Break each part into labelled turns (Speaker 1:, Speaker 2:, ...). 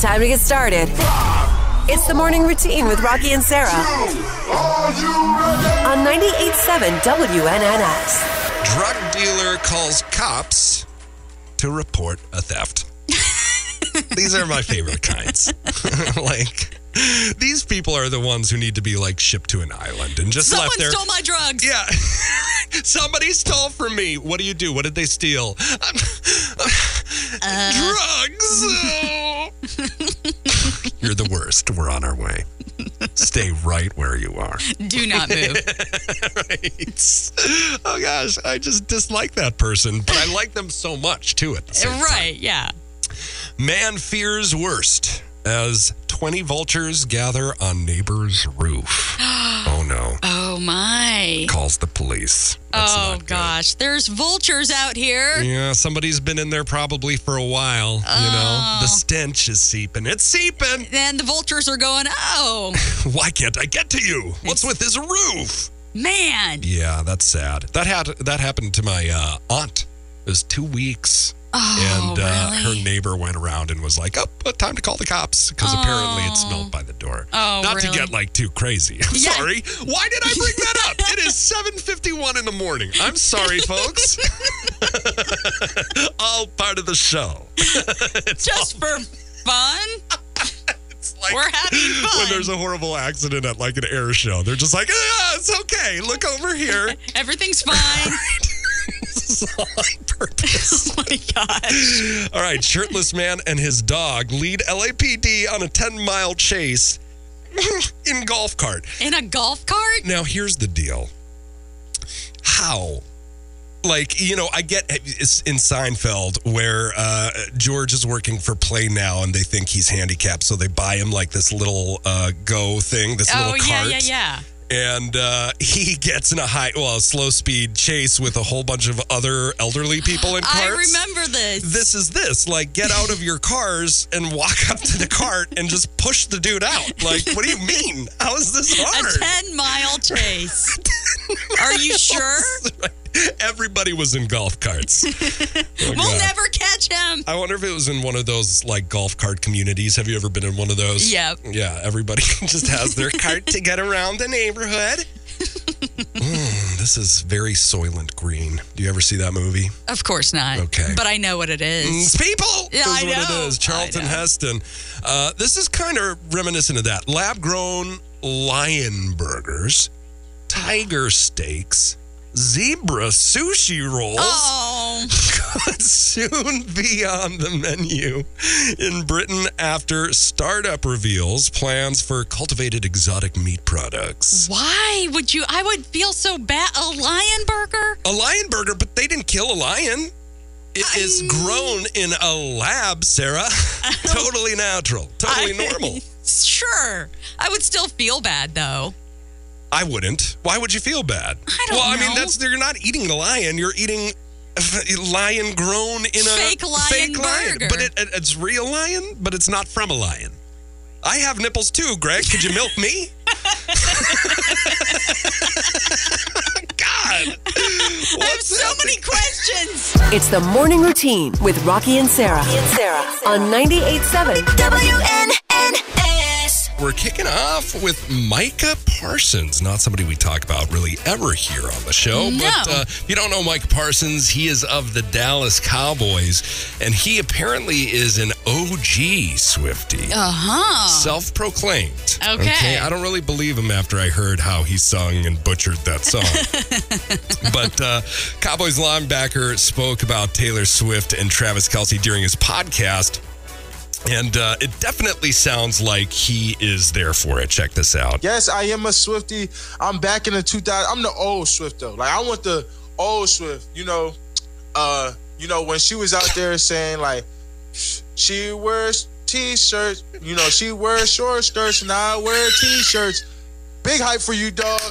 Speaker 1: Time to get started. It's the morning routine with Rocky and Sarah on 98.7 WNNX.
Speaker 2: Drug dealer calls cops to report a theft. these are my favorite kinds. like, these people are the ones who need to be like shipped to an island and just
Speaker 3: Someone
Speaker 2: left there.
Speaker 3: stole my drugs.
Speaker 2: yeah. Somebody stole from me. What do you do? What did they steal?
Speaker 3: Uh.
Speaker 2: Drugs. You're the worst. We're on our way. Stay right where you are.
Speaker 3: Do not move.
Speaker 2: It's- oh gosh, I just dislike that person, but I like them so much too. At the same time.
Speaker 3: right, yeah.
Speaker 2: man fears worst as 20 vultures gather on neighbor's roof. oh no,
Speaker 3: Oh my.
Speaker 2: calls the police. That's
Speaker 3: oh
Speaker 2: not good.
Speaker 3: gosh. There's vultures out here.
Speaker 2: Yeah, somebody's been in there probably for a while. You know, the stench is seeping. It's seeping.
Speaker 3: And the vultures are going, oh
Speaker 2: Why can't I get to you? What's with this roof?
Speaker 3: man.
Speaker 2: Yeah, that's sad. That had that happened to my uh, aunt. It was two weeks.
Speaker 3: Oh
Speaker 2: and uh,
Speaker 3: really?
Speaker 2: her neighbor went around and was like, "Oh, uh, time to call the cops," because apparently it smelled by the door.
Speaker 3: Oh,
Speaker 2: not to
Speaker 3: really?
Speaker 2: get like too crazy. I'm
Speaker 3: Yeah.
Speaker 2: sorry. Why did I bring that up? it is 7:51 in the morning. I'm sorry, folks. All part of the show.
Speaker 3: Just for fun?
Speaker 2: It's like
Speaker 3: We're having fun.
Speaker 2: when there's a horrible accident at like an air show, they're just like, "Ah, it's okay. Look over here."
Speaker 3: Everything's fine.
Speaker 2: This is all on purpose.
Speaker 3: oh my gosh.
Speaker 2: All right, shirtless man and his dog lead LAPD on a 10 mile chase in golf cart.
Speaker 3: In a golf cart?
Speaker 2: Now, here's the deal. How? Like, you know, I get it's in Seinfeld where uh, George is working for Play Now and they think he's handicapped. So they buy him like this little uh, go thing, this
Speaker 3: Oh
Speaker 2: little
Speaker 3: yeah,
Speaker 2: cart
Speaker 3: yeah, yeah.
Speaker 2: and uh, he gets in a high, well, a slow speed chase with a whole bunch of other elderly people in carts.
Speaker 3: I remember this.
Speaker 2: This is this. Like, get out of your cars and walk up to the cart and just push the dude out. Like, what do you mean? How is this hard?
Speaker 3: A ten mile chase. are you sure?
Speaker 2: Everybody was in golf carts. Oh,
Speaker 3: We'll
Speaker 2: God.
Speaker 3: never catch him.
Speaker 2: I wonder if it was in one of those like golf cart communities. Have you ever been in one of those?
Speaker 3: Yep.
Speaker 2: Yeah, everybody just has their cart to get around the neighborhood. Mm, this is very Soylent Green. Do you ever see that movie?
Speaker 3: Of course not.
Speaker 2: Okay. Mm.
Speaker 3: But I know what it is.
Speaker 2: It's people.
Speaker 3: Yeah,
Speaker 2: is
Speaker 3: I
Speaker 2: what
Speaker 3: know.
Speaker 2: it is.
Speaker 3: I
Speaker 2: Charlton
Speaker 3: know.
Speaker 2: Heston. Uh, this is kind of reminiscent of that. Lab grown lion burgers, tiger steaks, zebra sushi rolls.
Speaker 3: Oh.
Speaker 2: could soon be on the menu in Britain after startup reveals plans for cultivated exotic meat products.
Speaker 3: Why would you? I would feel so bad. A lion burger?
Speaker 2: A lion burger, but they didn't kill a lion. It is grown in a lab, Sarah. totally natural, totally
Speaker 3: I-
Speaker 2: normal.
Speaker 3: Sure. I would still feel bad though.
Speaker 2: I wouldn't. Why would you feel bad?
Speaker 3: I don't
Speaker 2: well, I mean,
Speaker 3: know.
Speaker 2: that's you're not eating a lion. You're eating f- lion grown in a
Speaker 3: Fake lion
Speaker 2: fake lion.
Speaker 3: burger.
Speaker 2: But it, it- it's real lion, but it's not from a lion. I have nipples too, Greg. Could you milk me? God, what's
Speaker 3: I have so many questions.
Speaker 1: It's the morning routine with Rocky and Sarah, on 98.7
Speaker 4: WNNS.
Speaker 2: We're kicking off with Micah Parsons, not somebody we talk about really ever here on the show.
Speaker 3: No.
Speaker 2: But uh, if you don't know Micah Parsons, he is of the Dallas Cowboys, and he apparently is an OG Swifty.
Speaker 3: Uh huh.
Speaker 2: Self proclaimed.
Speaker 3: Okay.
Speaker 2: I don't really believe him after I heard how he sung and butchered that song. but uh, Cowboys linebacker spoke about Taylor Swift and Travis Kelsey during his podcast. And uh, it definitely sounds like he is there for it. Check this out.
Speaker 5: Yes, I am a Swifty. I'm back in the 2000. I'm the old Swift though. Like I want the old Swift. You know, uh, you know when she was out there saying like she wears t-shirts. You know she wears short skirts and I wear t-shirts. Big hype for you, dog.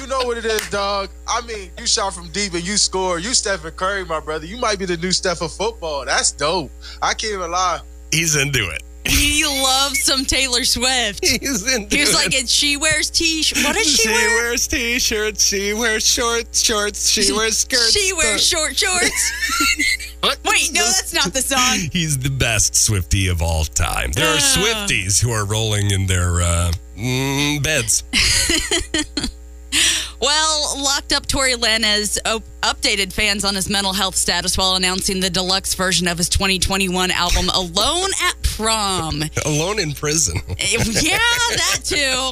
Speaker 5: You know what it is, dog. I mean, you shot from deep and you score. You Stephen Curry, my brother. You might be the new Steph of football. That's dope. I can't even lie.
Speaker 2: He's into it.
Speaker 3: He loves some Taylor Swift.
Speaker 2: He's into
Speaker 3: He was
Speaker 2: it.
Speaker 3: like, and she wears t shirt. What does she,
Speaker 2: she
Speaker 3: wear?
Speaker 2: wears t-shirts. She wears shorts. Shorts. She wears skirts.
Speaker 3: She wears short shorts.
Speaker 2: What
Speaker 3: Wait,
Speaker 2: is
Speaker 3: no,
Speaker 2: this?
Speaker 3: that's not the song.
Speaker 2: He's the best Swifty of all time. There are
Speaker 3: Ah.
Speaker 2: Swifties who are rolling in their uh, mm, beds.
Speaker 3: Well, locked up Tory Lanez op- updated fans on his mental health status while announcing the deluxe version of his 2021 album Alone at Prom.
Speaker 2: Alone in prison.
Speaker 3: Yeah, that too.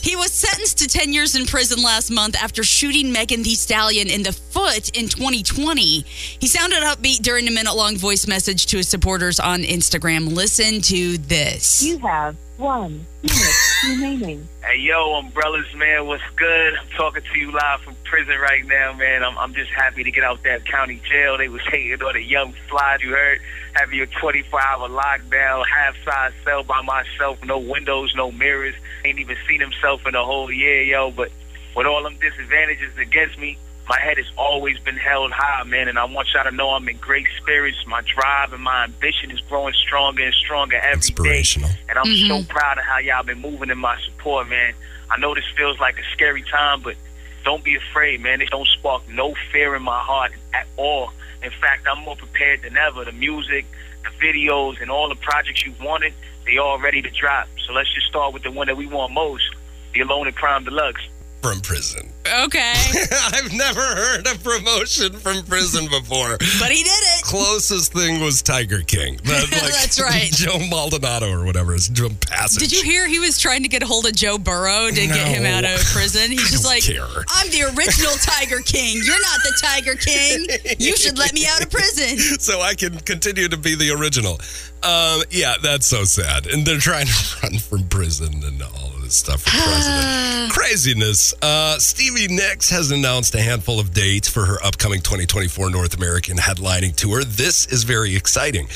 Speaker 3: He was sentenced to 10 years in prison last month after shooting Megan the Stallion in the foot in 2020. He sounded upbeat during a minute long voice message to his supporters on Instagram. Listen to this.
Speaker 4: You have one minute remaining.
Speaker 6: Hey, yo, umbrellas, man, what's good? I'm talking to you live from prison right now, man. I'm, I'm just happy to get out that county jail. They was hating on a young fly, you heard? Having your 24-hour lockdown, half-size cell by myself, no windows, no mirrors. Ain't even seen himself in a whole year, yo. But with all them disadvantages against me, my head has always been held high, man, and I want y'all to know I'm in great spirits. My drive and my ambition is growing stronger and stronger every day
Speaker 2: Inspirational.
Speaker 6: and I'm so proud of how y'all been moving in my support, man. I know this feels like a scary time, but don't be afraid, man. It don't spark no fear in my heart at all. In fact, I'm more prepared than ever. The music, the videos, and all the projects you wanted, they all ready to drop. So let's just start with the one that we want most, the Alone in Crime Deluxe.
Speaker 2: From prison.
Speaker 3: Okay.
Speaker 2: I've never heard a promotion from prison before.
Speaker 3: But he did it.
Speaker 2: Closest thing was Tiger King. That,
Speaker 3: That's right.
Speaker 2: Joe Maldonado or whatever is Joe Passage.
Speaker 3: Did you hear he was trying to get a hold of Joe Burrow to get him
Speaker 2: No.
Speaker 3: out of prison? He's just
Speaker 2: don't
Speaker 3: like,
Speaker 2: care.
Speaker 3: I'm the original Tiger King. You're not the Tiger King. You should let me out of prison.
Speaker 2: so I can continue to be the original. Um, yeah, that's so sad. And they're trying to run from prison and all of this stuff for president. Craziness. Uh, Stevie Nicks has announced a handful of dates for her upcoming 2024 North American headlining tour. This is very exciting.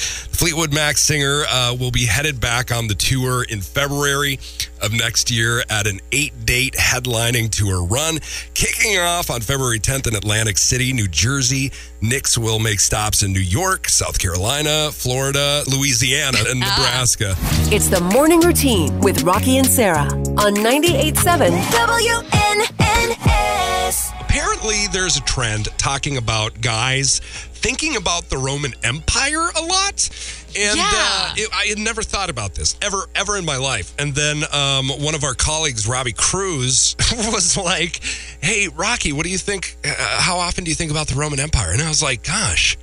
Speaker 2: Fleetwood Mac singer uh, will be headed back on the tour in February of next year at an eight date headlining tour run. Kicking off on February 10th in Atlantic City, New Jersey, Knicks will make stops in New York, South Carolina, Florida, Louisiana, and Nebraska.
Speaker 1: It's the morning routine with Rocky and Sarah on 98.7 WNNS.
Speaker 2: Apparently, there's a trend talking about guys thinking about the Roman Empire a lot. And uh,
Speaker 3: Yeah.
Speaker 2: it, I had never thought about this ever, ever in my life. And then um, one of our colleagues, Robbie Cruz, was like, Hey, Rocky, what do you think? Uh, how often do you think about the Roman Empire? And I was like, Gosh,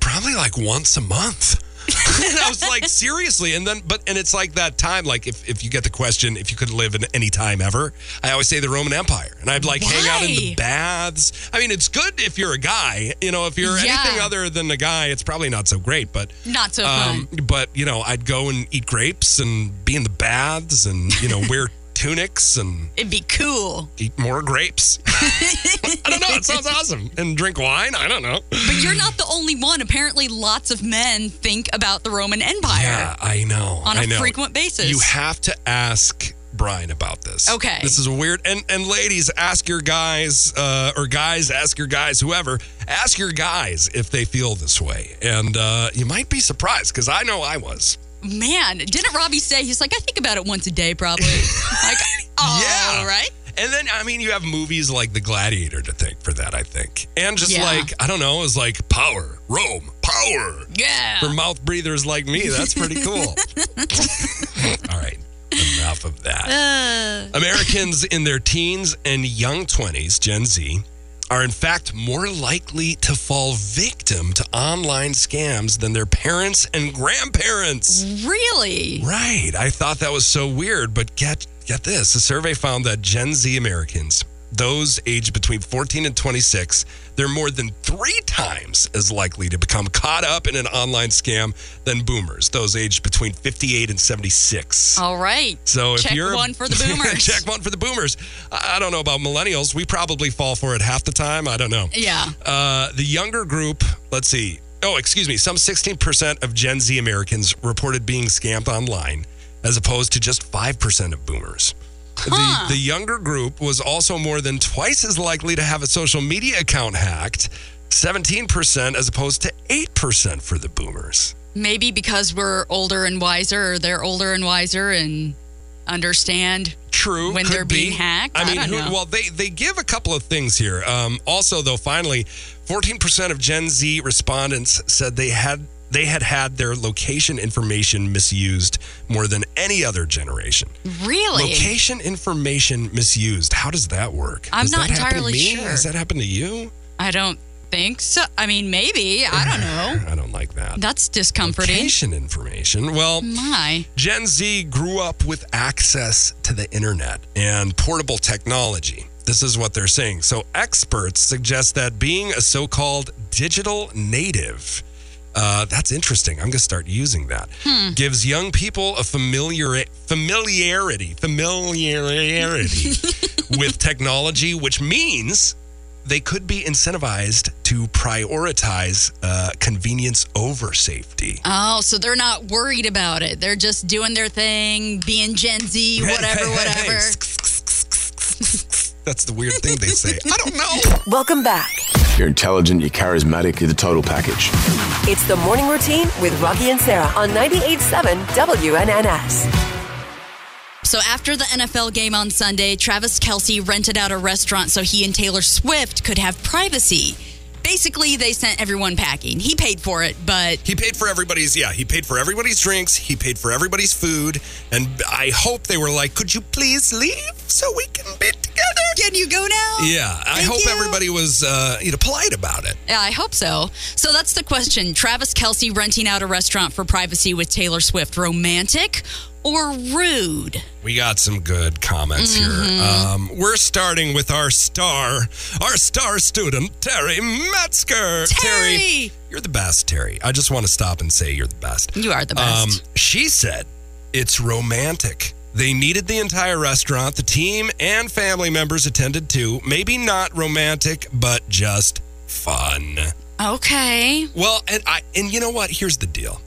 Speaker 2: probably like once a month. and I was like, seriously. And then, but, and it's like that time, like if, if you get the question, if you could live in any time ever, I always say the Roman Empire. And I'd like hang out in the
Speaker 3: Why?
Speaker 2: baths. I mean, it's good if you're a guy, you know, if you're
Speaker 3: Yeah.
Speaker 2: anything other than a guy, it's probably not so great, but,
Speaker 3: Not so fun.
Speaker 2: um, but, you know, I'd go and eat grapes and be in the baths and, you know, wear tunics and
Speaker 3: It'd be cool.
Speaker 2: eat more grapes. I don't know. It sounds awesome. And drink wine. I don't know.
Speaker 3: But you're not the only one. Apparently, lots of men think about the Roman Empire
Speaker 2: Yeah, I know.
Speaker 3: on a
Speaker 2: I know.
Speaker 3: frequent basis.
Speaker 2: You have to ask Brian about this.
Speaker 3: Okay.
Speaker 2: This is a weird and and ladies, ask your guys uh, or guys, ask your guys, whoever, ask your guys if they feel this way, and uh, you might be surprised because I know I was.
Speaker 3: Man, didn't Robbie say he's like, I think about it once a day, probably? like, oh,
Speaker 2: Yeah.
Speaker 3: right?
Speaker 2: And then I mean, you have movies like The Gladiator to thank for that, I think, and just
Speaker 3: Yeah.
Speaker 2: like I don't know, it was like power, Rome, power
Speaker 3: Yeah.
Speaker 2: for mouth breathers like me. That's pretty cool. All right, enough of that.
Speaker 3: Uh,
Speaker 2: Americans in their teens and young 20s, Gen Z, are in fact more likely to fall victim to online scams than their parents and grandparents.
Speaker 3: really?
Speaker 2: Right. I thought that was so weird, but get get this. A survey found that Gen Z Americans, those aged between 14 and 26, they're more than 3 times as likely to become caught up in an online scam than boomers, those aged between 58 and 76.
Speaker 3: All right.
Speaker 2: So if
Speaker 3: Oh, Check
Speaker 2: you're a-
Speaker 3: one for the boomers.
Speaker 2: check one for the boomers. I I don't know about millennials. We probably fall for it half the time. I don't know.
Speaker 3: Yeah.
Speaker 2: Uh, the younger group. Let's see. Oh, excuse me. Some 16% of Gen Z Americans reported being scammed online, as opposed to just 5% of boomers. The, the younger group was also more than twice as likely to have a social media account hacked, 17% as opposed to 8% for the boomers.
Speaker 3: maybe because we're older and wiser, or they're older and wiser and understand.
Speaker 2: True.
Speaker 3: When
Speaker 2: could
Speaker 3: they're
Speaker 2: be.
Speaker 3: being hacked?
Speaker 2: I
Speaker 3: I
Speaker 2: mean,
Speaker 3: don't
Speaker 2: who,
Speaker 3: know.
Speaker 2: well, they they give a couple of things here. Um, also, though, finally, 14% of Gen Z respondents said they had they had had their location information misused more than any other generation.
Speaker 3: Really?
Speaker 2: Location information misused. How does that work?
Speaker 3: I'm
Speaker 2: Has
Speaker 3: not
Speaker 2: that happened to
Speaker 3: entirely
Speaker 2: me?
Speaker 3: sure.
Speaker 2: Has that happened to you?
Speaker 3: I don't think so. I mean, maybe. I don't know.
Speaker 2: I don't like that.
Speaker 3: That's discomforting.
Speaker 2: Location information. Well,
Speaker 3: Hmm. My.
Speaker 2: Gen Z grew up with access to the internet and portable technology. This is what they're saying. So, experts suggest that being a so called digital native, uh, that's interesting. I'm going to start using that. Gives young people a familiar, familiarity, familiarity with technology, which means they could be incentivized to prioritize uh, convenience over safety.
Speaker 3: Oh, so they're not worried about it. They're just doing their thing, being Gen Z, whatever,
Speaker 2: Hey, hey, hey, hey.
Speaker 3: whatever.
Speaker 2: That's the weird thing they say. I don't know.
Speaker 1: Welcome back.
Speaker 7: You're intelligent, you're charismatic, you're the total package.
Speaker 1: It's the morning routine with Rocky and Sarah on 98.7 WNNS.
Speaker 3: So after the NFL game on Sunday, Travis Kelsey rented out a restaurant so he and Taylor Swift could have privacy. Basically, they sent everyone packing. He paid for it, but
Speaker 2: He paid for everybody's, yeah, he paid for everybody's drinks. He paid for everybody's food. And I hope they were like, could you please leave so we can be together?
Speaker 3: can you go now?
Speaker 2: Yeah, I
Speaker 3: Thank
Speaker 2: hope
Speaker 3: you.
Speaker 2: everybody was, uh, you know, polite about it.
Speaker 3: Yeah, I hope so. So that's the question. Travis Kelsey renting out a restaurant for privacy with Taylor Swift, romantic or rude?
Speaker 2: We got some good comments
Speaker 3: Mm-hmm.
Speaker 2: here. Um, we're starting with our star, our star student, Terry Metzger.
Speaker 3: Terry!
Speaker 2: you're the best, Terry. I just want to stop and say you're the best.
Speaker 3: You are the
Speaker 2: Um,
Speaker 3: best.
Speaker 2: she said it's romantic. They needed the entire restaurant. The team and family members attended too. Maybe not romantic, but just fun.
Speaker 3: okay.
Speaker 2: Well, and I and you know what? Here's the deal.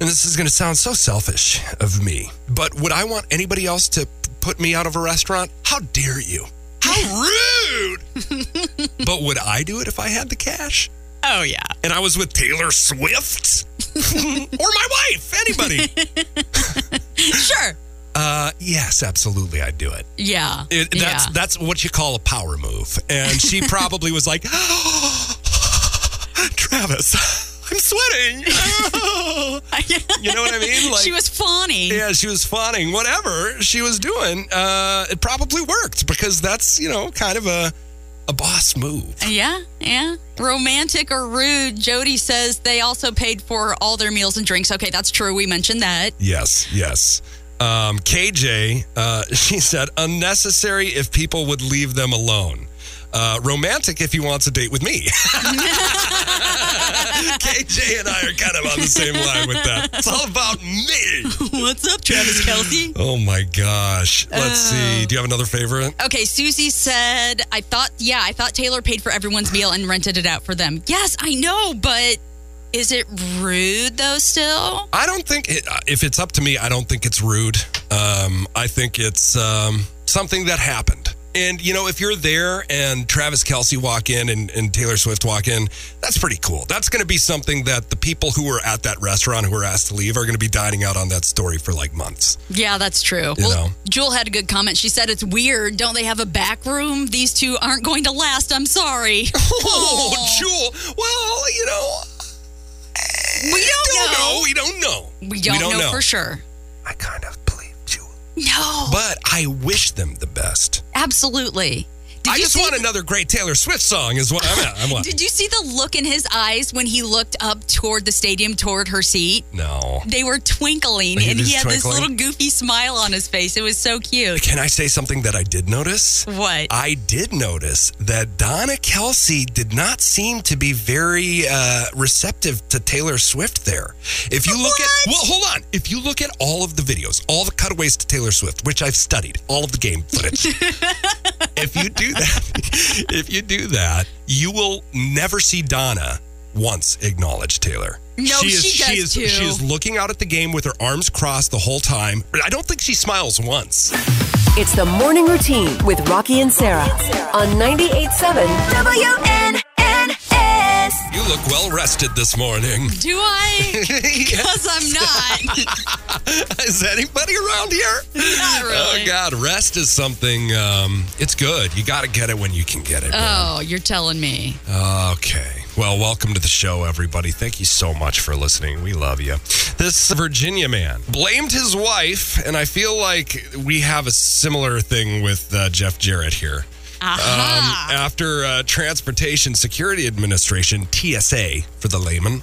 Speaker 2: And this is going to sound so selfish of me, but would I want anybody else to p- put me out of a restaurant? How dare you? How rude! but would I do it if I had the cash?
Speaker 3: Oh yeah.
Speaker 2: and I was with Taylor Swift or my wife, anybody.
Speaker 3: Sure.
Speaker 2: Uh, yes, absolutely, I'd do it.
Speaker 3: Yeah.
Speaker 2: it that's
Speaker 3: yeah.
Speaker 2: that's what you call a power move. And she probably was like, Travis, I'm sweating. you know what I mean? Like.
Speaker 3: she was fawning.
Speaker 2: yeah, she was fawning. Whatever she was doing, uh, it probably worked because that's you know kind of a a boss move.
Speaker 3: Yeah, yeah. Romantic or rude, Jody says they also paid for all their meals and drinks. Okay, that's true. We mentioned that.
Speaker 2: Yes, yes. Um, KJ, uh, she said, unnecessary if people would leave them alone. Uh, romantic if he wants a date with me. KJ and I are kind of on the same line with that. It's all about me.
Speaker 3: What's up, Travis Kelsey?
Speaker 2: Oh my gosh. Let's see. Do you have another favorite?
Speaker 3: Okay, Susie said, I thought, yeah, I thought Taylor paid for everyone's meal and rented it out for them. Yes, I know, but is it rude though still?
Speaker 2: I don't think, it, uh, if it's up to me, I don't think it's rude. Um, I think it's um, something that happened. And, you know, if you're there and Travis Kelsey walk in and, and Taylor Swift walk in, that's pretty cool. That's going to be something that the people who were at that restaurant who were asked to leave are going to be dining out on that story for like months.
Speaker 3: Yeah, that's true.
Speaker 2: You
Speaker 3: well,
Speaker 2: know.
Speaker 3: Jewel had a good comment. She said, It's weird. Don't they have a back room? These two aren't going to last. I'm sorry.
Speaker 2: Oh, Jewel. Well, you know,
Speaker 3: we don't,
Speaker 2: don't
Speaker 3: know.
Speaker 2: know. We don't know.
Speaker 3: We don't, know, for sure.
Speaker 2: I kind of believe Jewel.
Speaker 3: No.
Speaker 2: But I wish them the best.
Speaker 3: Absolutely. Did
Speaker 2: I
Speaker 3: you
Speaker 2: just
Speaker 3: see,
Speaker 2: want another great Taylor Swift song, is what I'm at. I'm what?
Speaker 3: Did you see the look in his eyes when he looked up toward the stadium, toward her seat?
Speaker 2: no.
Speaker 3: They were twinkling,
Speaker 2: He
Speaker 3: and
Speaker 2: was
Speaker 3: he had this
Speaker 2: twinkling?
Speaker 3: little goofy smile on his face. It was so cute.
Speaker 2: Can I say something that I did notice?
Speaker 3: What?
Speaker 2: I did notice that Donna Kelsey did not seem to be very uh, receptive to Taylor Swift there. If you look at, well, hold on. If you look at all of the videos, all the cutaways to Taylor Swift, which I've studied, all of the game footage. if you do that, if you do that, you will never see Donna once acknowledge Taylor.
Speaker 3: No, she does
Speaker 2: she is,
Speaker 3: too.
Speaker 2: She is looking out at the game with her arms crossed the whole time. I don't think she smiles once.
Speaker 1: It's the morning routine with Rocky and Sarah on 98.7 WNNS.
Speaker 2: You look well rested this morning.
Speaker 3: Do I? Because I'm not.
Speaker 2: Is anybody around here?
Speaker 3: Not
Speaker 2: Oh,
Speaker 3: really.
Speaker 2: God. Rest is something, um, it's good. You got to get it when you can get it. man.
Speaker 3: Oh, you're telling me.
Speaker 2: Okay. Well, welcome to the show, everybody. Thank you so much for listening. We love you. This Virginia man blamed his wife, and I feel like we have a similar thing with uh, Jeff Jarrett here.
Speaker 3: Aha.
Speaker 2: Um, after uh, Transportation Security Administration, TSA for the layman,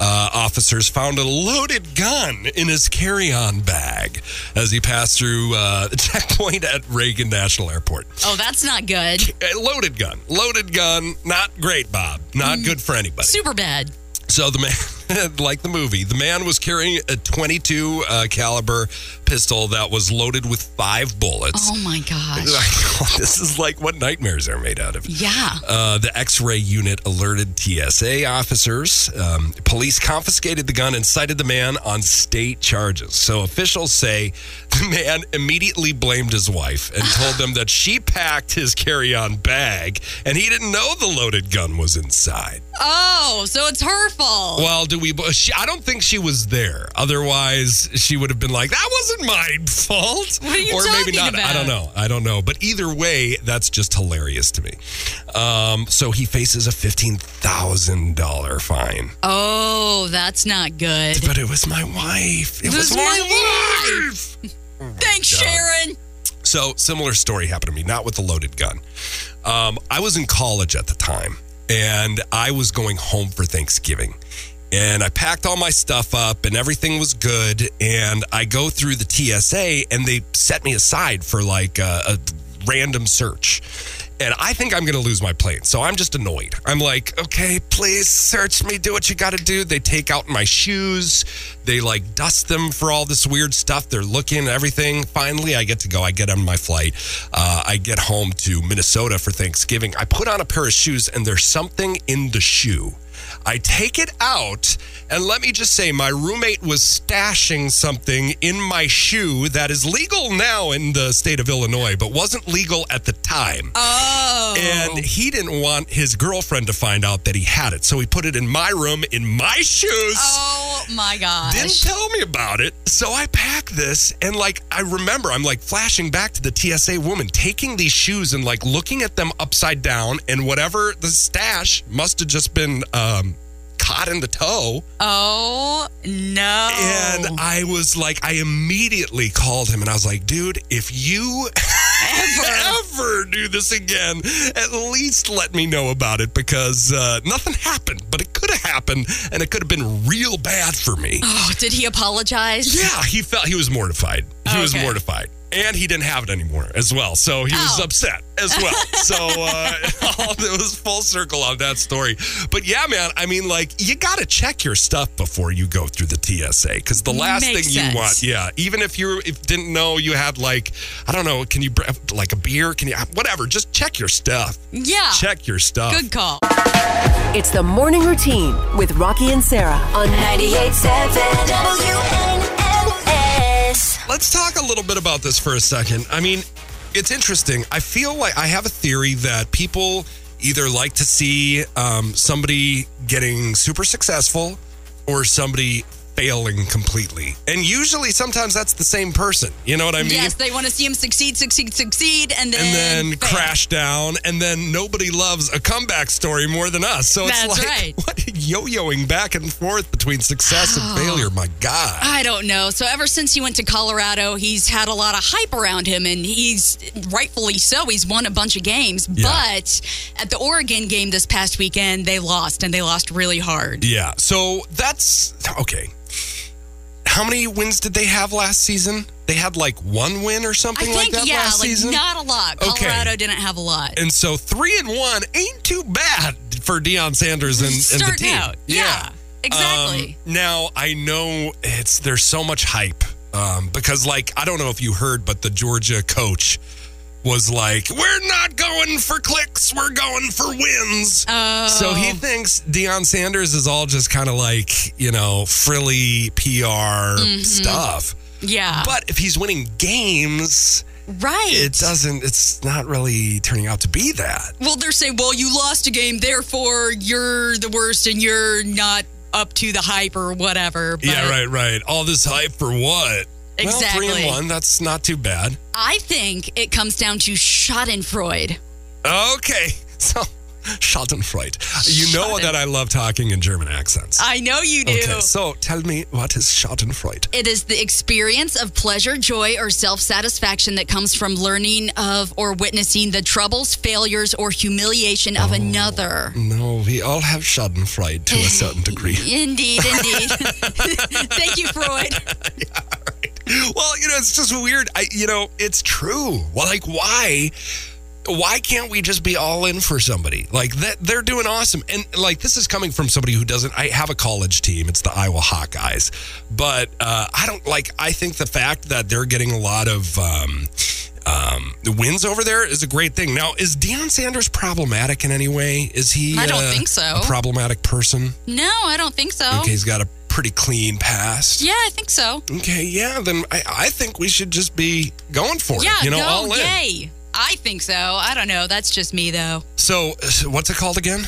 Speaker 2: uh, officers found a loaded gun in his carry on bag as he passed through uh, the checkpoint at Reagan National Airport.
Speaker 3: oh, that's not good.
Speaker 2: A Uh, loaded gun. Loaded gun. Not great, Bob. Not good for anybody.
Speaker 3: Super bad.
Speaker 2: So the man, like the movie, the man was carrying a 22 uh, caliber pistol that was loaded with five bullets.
Speaker 3: Oh my gosh.
Speaker 2: Like, this is like what nightmares are made out of.
Speaker 3: Yeah.
Speaker 2: Uh, the X-ray unit alerted TSA officers. Um, police confiscated the gun and cited the man on state charges. So officials say the man immediately blamed his wife and told them that she packed his carry-on bag and he didn't know the loaded gun was inside.
Speaker 3: Oh, so it's her fault.
Speaker 2: Well, do we? She, I don't think she was there. Otherwise, she would have been like, "That wasn't my fault."
Speaker 3: What are you
Speaker 2: or maybe
Speaker 3: talking
Speaker 2: not. I
Speaker 3: about?
Speaker 2: don't know. I don't know. But either way, that's just hilarious to me. Um, so he faces a fifteen thousand dollar fine.
Speaker 3: Oh, that's not good.
Speaker 2: But it was my wife. It
Speaker 3: This
Speaker 2: was,
Speaker 3: is
Speaker 2: my,
Speaker 3: my
Speaker 2: wife.
Speaker 3: Thanks, Sharon.
Speaker 2: So, similar story happened to me, not with the loaded gun. Um, I was in college at the time and I was going home for Thanksgiving. And I packed all my stuff up and everything was good. And I go through the TSA and they set me aside for like a, a random search. And I think I'm going to lose my plane. So I'm just annoyed. I'm like, okay, please search me. Do what you got to do. They take out my shoes. They like dust them for all this weird stuff. They're looking at everything. Finally, I get to go. I get on my flight. Uh, I get home to Minnesota for Thanksgiving. I put on a pair of shoes and there's something in the shoe. I take it out, and let me just say, my roommate was stashing something in my shoe that is legal now in the state of Illinois, but wasn't legal at the time.
Speaker 3: Oh.
Speaker 2: And he didn't want his girlfriend to find out that he had it. So he put it in my room, in my shoes.
Speaker 3: oh my gosh.
Speaker 2: Didn't tell me about it. So I pack this and like I remember I'm like flashing back to the TSA woman taking these shoes and like looking at them upside down and whatever the stash must have just been um caught in the toe
Speaker 3: oh no. Oh.
Speaker 2: and I was like I immediately called him and I was like dude if you ever, do this again at least let me know about it because uh, nothing happened but it could have happened and it could have been real bad for me
Speaker 3: oh, did he apologize?
Speaker 2: yeah, he felt he was mortified. He was
Speaker 3: Okay.
Speaker 2: mortified. And he didn't have it anymore as well. So he was
Speaker 3: Oh.
Speaker 2: upset as well. so uh, all, it was full circle on that story. But yeah, man, I mean, like, you got to check your stuff before you go through the TSA because the last
Speaker 3: Makes
Speaker 2: thing
Speaker 3: sense.
Speaker 2: you want, yeah, even if you if didn't know you had, like, I don't know, can you, br- like, a beer? Can you, whatever, just check your stuff.
Speaker 3: Yeah.
Speaker 2: Check your stuff.
Speaker 3: Oh, Good call.
Speaker 1: It's the morning routine with Rocky and Sarah on 98.7 WNNS.
Speaker 2: Let's talk a little bit about this for a second. I mean, it's interesting. I feel like I have a theory that people either like to see um, somebody getting super successful or somebody failing completely. And usually, sometimes that's the same person. You know what I mean?
Speaker 3: Yes, they want to see him succeed, succeed, succeed, and then
Speaker 2: and then
Speaker 3: fail.
Speaker 2: crash down, and then nobody loves a comeback story more than us. So it's
Speaker 3: That's
Speaker 2: like
Speaker 3: right. Oh.
Speaker 2: what yo-yoing back and forth between success and failure. My God.
Speaker 3: I don't know. So ever since he went to Colorado, he's had a lot of hype around him, and he's rightfully so. He's won a bunch of games,
Speaker 2: Yeah.
Speaker 3: but at the Oregon game this past weekend, they lost, and they lost really hard.
Speaker 2: Yeah. So that's okay. How many wins did they have last season? They had like one win or
Speaker 3: I
Speaker 2: something
Speaker 3: think,
Speaker 2: like that
Speaker 3: yeah,
Speaker 2: last
Speaker 3: like
Speaker 2: season.
Speaker 3: not a lot.
Speaker 2: Okay.
Speaker 3: Colorado didn't have a lot.
Speaker 2: and so three and one ain't too bad for Deion Sanders and, and the
Speaker 3: Starting
Speaker 2: team.
Speaker 3: out, yeah, exactly.
Speaker 2: Um, now I know it's there's so much hype um, because like I don't know if you heard, but the Georgia coach was like, "We're not going for clicks, we're going for wins."
Speaker 3: Oh.
Speaker 2: So he thinks Deion Sanders is all just kind of like, you know, frilly PR stuff.
Speaker 3: Mm-hmm. yeah,
Speaker 2: Um, But if he's winning games,
Speaker 3: Right.
Speaker 2: It doesn't, it's not really turning out to be that.
Speaker 3: well, they're saying, well, you lost a game, therefore you're the worst and you're not up to the hype or whatever. But
Speaker 2: yeah, right, right. All this hype for what?
Speaker 3: Exactly.
Speaker 2: Well, three and one, that's not too bad.
Speaker 3: I think it comes down to Schadenfreude.
Speaker 2: Okay. So, Schadenfreude. You know
Speaker 3: Schaden-
Speaker 2: that I love talking in German accents.
Speaker 3: I know you do.
Speaker 2: okay, so tell me, what is Schadenfreude?
Speaker 3: It is the experience of pleasure, joy, or self satisfaction that comes from learning of or witnessing the troubles, failures, or humiliation
Speaker 2: Oh.
Speaker 3: of another.
Speaker 2: No, we all have Schadenfreude to a certain degree.
Speaker 3: Indeed, indeed. Thank you, Freud.
Speaker 2: Well, you know, it's just weird. I, you know, it's true. Well, like, why? Why can't we just be all in for somebody like that? They're doing awesome, and like this is coming from somebody who doesn't. I have a college team; it's the Iowa Hawkeyes, but uh, I don't like. I think the fact that they're getting a lot of um, um, wins over there is a great thing. Now, is Deion Sanders problematic in any way? Is he?
Speaker 3: I don't
Speaker 2: uh,
Speaker 3: think so.
Speaker 2: A problematic person?
Speaker 3: No, I don't think so.
Speaker 2: Okay, he's got a pretty clean past.
Speaker 3: Yeah, I think so.
Speaker 2: Okay, yeah, then I, I think we should just be going for it.
Speaker 3: yeah,
Speaker 2: you know,
Speaker 3: go,
Speaker 2: all in.
Speaker 3: yay. I think so. I don't know. That's just me, though.
Speaker 2: So, uh, what's it called again?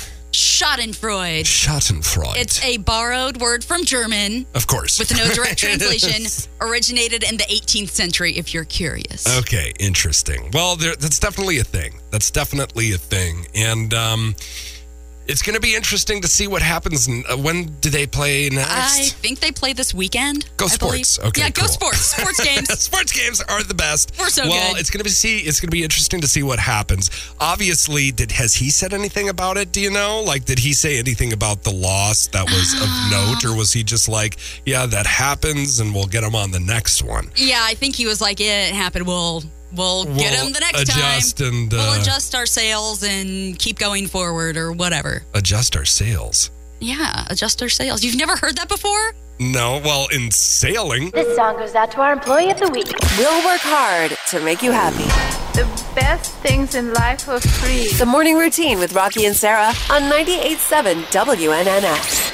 Speaker 3: Schadenfreude.
Speaker 2: Schadenfreude.
Speaker 3: It's a borrowed word from German
Speaker 2: of course.
Speaker 3: with no direct translation,
Speaker 2: Yes.
Speaker 3: originated in the 18th century, if you're curious.
Speaker 2: Okay, interesting. Well, there, that's definitely a thing. That's definitely a thing. And um, it's going to be interesting to see what happens. n- uh, When do they play
Speaker 3: I
Speaker 2: next?
Speaker 3: think they play this weekend.
Speaker 2: Go
Speaker 3: I
Speaker 2: sports. Okay,
Speaker 3: Yeah, go
Speaker 2: cool.
Speaker 3: sports. Sports games.
Speaker 2: Sports games are the best.
Speaker 3: We're so
Speaker 2: well,
Speaker 3: good.
Speaker 2: it's gonna be see. It's gonna be interesting to see what happens. Obviously, did has he said anything about it? Do you know? Like, did he say anything about the loss that was of note, or was he just like, yeah, that happens, and we'll get him on the next one?
Speaker 3: yeah, I think he was like, "Yeah, it happened. We'll we'll, get
Speaker 2: We'll
Speaker 3: him the next
Speaker 2: adjust
Speaker 3: time.
Speaker 2: and, uh,
Speaker 3: we'll adjust our sales and keep going forward or whatever.
Speaker 2: Adjust our sales.
Speaker 3: Yeah, adjust our sales. You've never heard that before?
Speaker 2: No, well, in sailing,
Speaker 8: This song goes out to our employee of the week.
Speaker 1: We'll work hard to make you happy.
Speaker 9: The best things in life are free.
Speaker 1: The morning routine with Rocky and Sarah on 98.7 WNNX.